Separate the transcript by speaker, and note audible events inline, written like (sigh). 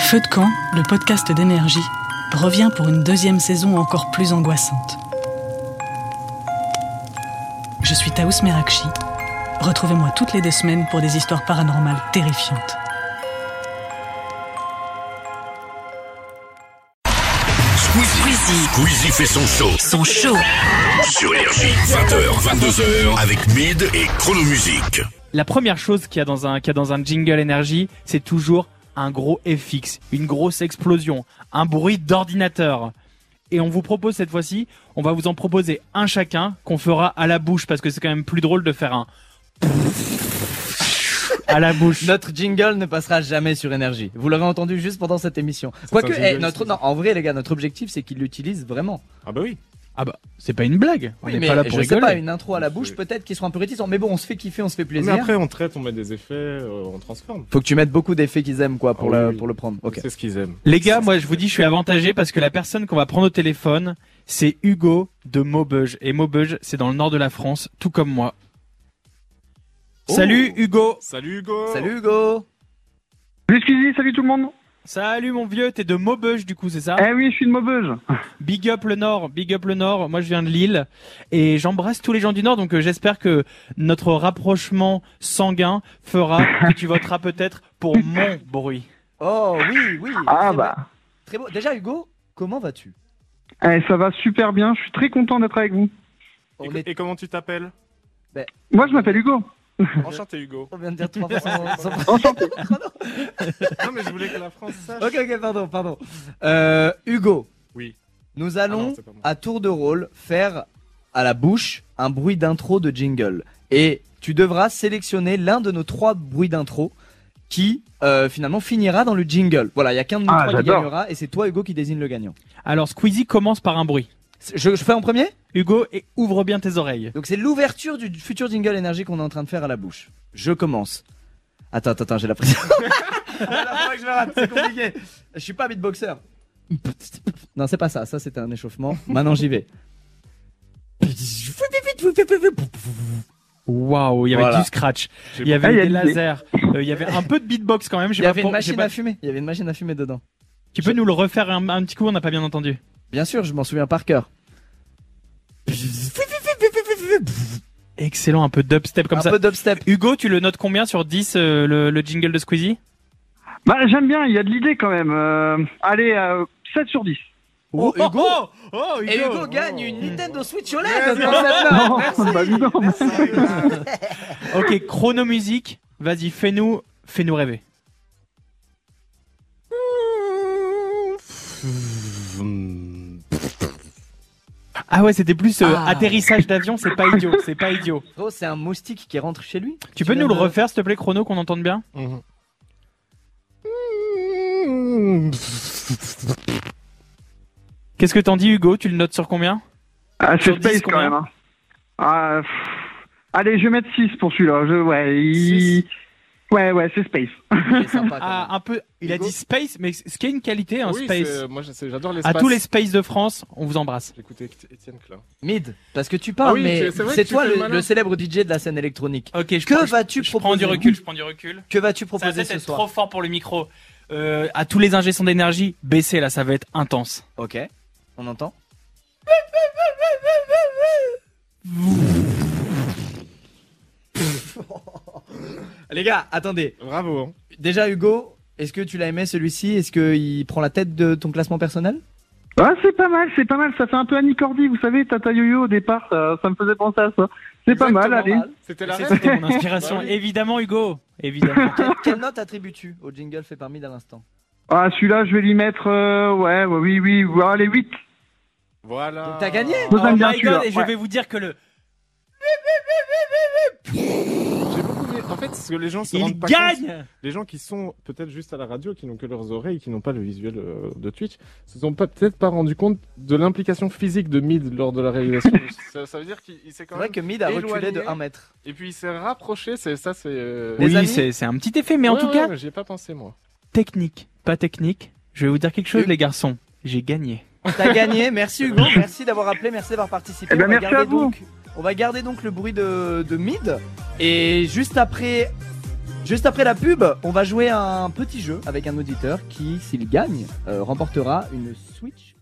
Speaker 1: Feu de camp, le podcast d'énergie, revient pour une deuxième saison encore plus angoissante. Je suis Taous Merakchi. Retrouvez-moi toutes les deux semaines pour des histoires paranormales terrifiantes.
Speaker 2: Squeezie. Squeezie fait son show
Speaker 3: Son show.
Speaker 2: sur Énergie. 20h, 22h avec Mid et Chronomusique.
Speaker 4: La première chose qu'il y a dans un, qu'il y a dans un jingle énergie, c'est toujours un gros FX, une grosse explosion, un bruit d'ordinateur. Et on vous propose cette fois-ci, on va vous en proposer un chacun qu'on fera à la bouche parce que c'est quand même plus drôle de faire un à la bouche.
Speaker 5: Notre jingle ne passera jamais sur énergie. Vous l'aurez entendu juste pendant cette émission. Quoique,
Speaker 6: un jingle,
Speaker 5: eh, notre,
Speaker 6: c'est-
Speaker 5: non, en vrai, les gars, notre objectif, c'est qu'ils l'utilisent vraiment.
Speaker 6: Ah bah oui.
Speaker 4: Ah bah, c'est pas une blague. On
Speaker 5: Oui,
Speaker 4: n'est
Speaker 5: mais
Speaker 4: pas là pour
Speaker 5: je sais
Speaker 4: rigoler.
Speaker 5: pas, une intro à la
Speaker 6: Oui.
Speaker 5: bouche, peut-être qu'ils seront un peu réticents. Mais bon, on se fait kiffer, on se fait
Speaker 6: Mais
Speaker 5: plaisir.
Speaker 6: après, on traite, on met des effets, euh, on transforme.
Speaker 5: Faut que tu mettes beaucoup d'effets qu'ils aiment, quoi, pour,
Speaker 6: Ah oui,
Speaker 5: le,
Speaker 6: oui.
Speaker 5: pour le prendre. Ok.
Speaker 6: C'est ce qu'ils aiment.
Speaker 4: Les gars, moi je vous dis, je suis avantagé parce que la personne qu'on va prendre au téléphone, c'est Hugo de Maubeuge. Et Maubeuge, c'est dans le nord de la France, tout comme moi.
Speaker 6: Oh.
Speaker 4: Salut Hugo
Speaker 6: Salut Hugo
Speaker 5: Salut Hugo
Speaker 7: Salut Squeezie, salut tout le monde
Speaker 4: Salut mon vieux, t'es de Maubeuge du coup, c'est ça
Speaker 7: Eh oui, je suis une mauveuse
Speaker 4: Big up le Nord, big up le Nord. Moi, je viens de Lille et j'embrasse tous les gens du Nord. Donc, euh, j'espère que notre rapprochement sanguin fera que tu voteras peut-être pour mon bruit.
Speaker 5: Oh oui, oui
Speaker 7: Ah
Speaker 5: très
Speaker 7: bah
Speaker 5: beau. Très beau. Déjà, Hugo, comment vas-tu
Speaker 7: Eh, ça va super bien, je suis très content d'être avec vous.
Speaker 6: Et,
Speaker 5: On, est-
Speaker 6: et comment tu (laughs) t'appelles
Speaker 7: Moi, je m'appelle Hugo.
Speaker 6: Enchanté Hugo.
Speaker 5: on vient de (laughs) dire trois fois sans- sans-
Speaker 7: Enchanté.
Speaker 6: Non mais je voulais que la France sache.
Speaker 5: Ok, ok, pardon, pardon. Euh, Hugo.
Speaker 6: Oui.
Speaker 5: Nous
Speaker 6: Ah
Speaker 5: allons,
Speaker 6: non, c'est pas moi.
Speaker 5: à tour de rôle, faire à la bouche un bruit d'intro de jingle. Et tu devras sélectionner l'un de nos trois bruits d'intro qui, euh, finalement, finira dans le jingle. Voilà, il y a qu'un de nous
Speaker 7: Ah,
Speaker 5: trois qui
Speaker 7: j'adore.
Speaker 5: gagnera et c'est toi, Hugo, qui désigne le gagnant.
Speaker 4: Alors, Squeezie commence par un bruit.
Speaker 5: C'est- Je, je fais en premier
Speaker 4: Hugo, et ouvre bien tes oreilles.
Speaker 5: Donc c'est l'ouverture du futur jingle énergie qu'on est en train de faire à la bouche. Je commence. Attends, attends, attends, j'ai la pression.
Speaker 6: Ah,
Speaker 5: Alors, faudrait que je me rate, c'est compliqué. Je suis pas beatboxer. Non, c'est pas ça, ça c'était un échauffement. Maintenant j'y (laughs) vais.
Speaker 4: Waouh, il y avait
Speaker 5: Voilà.
Speaker 4: du scratch,
Speaker 6: J'ai
Speaker 4: il y avait
Speaker 7: Ah, il y a
Speaker 4: des
Speaker 7: du-
Speaker 4: lasers, euh, il y avait un peu de beatbox quand même. je sais
Speaker 5: Il y
Speaker 4: pas
Speaker 5: avait une
Speaker 4: pour- je sais
Speaker 5: machine
Speaker 4: pas-
Speaker 5: à fumer, il y avait une machine à fumer dedans.
Speaker 4: Tu peux nous le refaire un, un petit coup On n'a pas bien entendu.
Speaker 5: Bien sûr, je m'en souviens par cœur.
Speaker 4: Excellent, un peu dubstep comme
Speaker 5: un
Speaker 4: ça.
Speaker 5: peu d'obstep.
Speaker 4: Hugo, tu le notes combien sur 10 euh, le, le jingle de Squeezie
Speaker 7: Bah, j'aime bien, il y a de l'idée quand même. Euh, allez, euh, 7 sur 10.
Speaker 5: Oh, Hugo
Speaker 4: oh, oh, Hugo
Speaker 5: Et Hugo
Speaker 6: oh.
Speaker 5: gagne une Nintendo Switch OLED
Speaker 6: Yes.
Speaker 5: dans
Speaker 7: (laughs)
Speaker 5: cette main. Merci.
Speaker 7: bah, dis donc.
Speaker 4: Ok, chronomusique, vas-y, fais-nous fais nous rêver. Ah ouais, c'était plus euh,
Speaker 3: Ah.
Speaker 4: atterrissage d'avion, c'est pas idiot, c'est pas
Speaker 5: (laughs)
Speaker 4: idiot.
Speaker 5: Frérot, c'est un moustique qui rentre chez lui.
Speaker 4: Tu peux
Speaker 5: viens
Speaker 4: nous le
Speaker 5: de-
Speaker 4: refaire s'il te plaît, chrono, qu'on entende bien
Speaker 5: Mm.
Speaker 6: Mhm.
Speaker 4: Qu'est-ce que t'en dis Hugo Tu le notes sur combien
Speaker 7: Ah,
Speaker 4: Sur
Speaker 7: c'est
Speaker 4: 10,
Speaker 7: space quand
Speaker 4: combien
Speaker 7: même. hein. Ah, pff. allez, je vais mettre 6 pour celui-là. Je, ouais, il- ouais, ouais, c'est space.
Speaker 5: Il est sympa, quand
Speaker 4: Ah,
Speaker 5: même.
Speaker 4: un peu, il a
Speaker 6: Hugo
Speaker 4: dit space, mais ce qui est une qualité, un
Speaker 6: Oui,
Speaker 4: space.
Speaker 6: c'est- moi je sais- j'adore
Speaker 4: À
Speaker 6: l'espace.
Speaker 4: tous les spaces de France, on vous embrasse.
Speaker 6: J'écoutais Étienne Klein.
Speaker 5: Mid, parce que tu parles,
Speaker 6: Ah oui,
Speaker 5: mais
Speaker 6: c'est- c'est vrai
Speaker 5: c'est
Speaker 6: que tu
Speaker 5: toi
Speaker 6: fais le
Speaker 5: le,
Speaker 6: malin.
Speaker 5: le célèbre DJ de la scène électronique.
Speaker 4: Ok, je,
Speaker 5: Que
Speaker 4: prends-
Speaker 5: vas-tu
Speaker 4: je
Speaker 5: proposer
Speaker 4: prends du recul, je prends du recul.
Speaker 5: Que
Speaker 4: Ça
Speaker 5: vas-tu
Speaker 4: va
Speaker 5: proposer
Speaker 4: peut-être
Speaker 5: ce
Speaker 4: être
Speaker 5: soir
Speaker 4: trop fort pour le micro. Euh, à tous les ingessants d'énergie, baissez là, ça va être intense.
Speaker 5: Ok, on entend. Les gars, attendez.
Speaker 6: Bravo. hein.
Speaker 5: Déjà, Hugo, est-ce que tu l'as aimé celui-ci Est-ce qu'il prend la tête de ton classement personnel
Speaker 7: Ah, c'est pas mal, c'est pas mal. Ça fait un peu Annie Cordy, vous savez, Tata Yo-Yo au départ, ça, ça me faisait penser à ça. C'est pas mal, allez.
Speaker 5: Exactement,
Speaker 6: C'était la reine.
Speaker 4: C'était mon inspiration.
Speaker 6: Bah oui.
Speaker 4: Évidemment, Hugo.
Speaker 5: (laughs)
Speaker 4: Évidemment.
Speaker 5: Mal. Quelle note attribues-tu au jingle fait parmi d'à l'instant
Speaker 7: Ah, celui-là, je vais lui mettre, euh, ouais, ouais, oui, oui, ouais, allez, 8.
Speaker 6: Voilà.
Speaker 5: Donc Euh, t'as gagné
Speaker 7: Moi,
Speaker 4: Oh
Speaker 7: j'aime bien
Speaker 4: my
Speaker 7: celui-là.
Speaker 4: god, et je
Speaker 7: Ouais.
Speaker 4: vais vous dire que le.
Speaker 6: J'ai beaucoup aimé. En fait, ce que les gens se
Speaker 4: Il
Speaker 6: rendent pas compte,
Speaker 4: gagne
Speaker 6: les gens qui sont peut-être juste à la radio, qui n'ont que leurs oreilles, qui n'ont pas le visuel euh, de Twitch, se sont pas- peut-être pas rendu compte de l'implication physique de Mid lors de la (laughs) réalisation. ça, ça veut dire qu'il s'est
Speaker 5: C'est
Speaker 6: quand
Speaker 5: vrai
Speaker 6: même.
Speaker 5: que Mid a reculé
Speaker 6: éloigné.
Speaker 5: de 1 mètre.
Speaker 6: Et puis il s'est rapproché. C'est ça, c'est. euh,
Speaker 5: Les
Speaker 4: Oui,
Speaker 5: amis
Speaker 4: c'est c'est un petit effet, mais en
Speaker 6: ouais,
Speaker 4: tout
Speaker 6: ouais,
Speaker 4: cas,
Speaker 6: mais j'y ai pas pensé moi.
Speaker 4: technique, pas technique. Je vais vous dire quelque chose,
Speaker 5: Et-
Speaker 4: les garçons. J'ai gagné.
Speaker 5: T'as gagné, merci Hugo, merci d'avoir appelé, merci d'avoir participé.
Speaker 7: Eh
Speaker 5: On
Speaker 7: ben,
Speaker 5: va
Speaker 7: merci
Speaker 5: garder
Speaker 7: à vous.
Speaker 5: donc- on va garder donc le bruit de, de mid et juste après Juste après la pub, on va jouer à un petit jeu avec un auditeur qui, s'il gagne, euh, remportera une Switch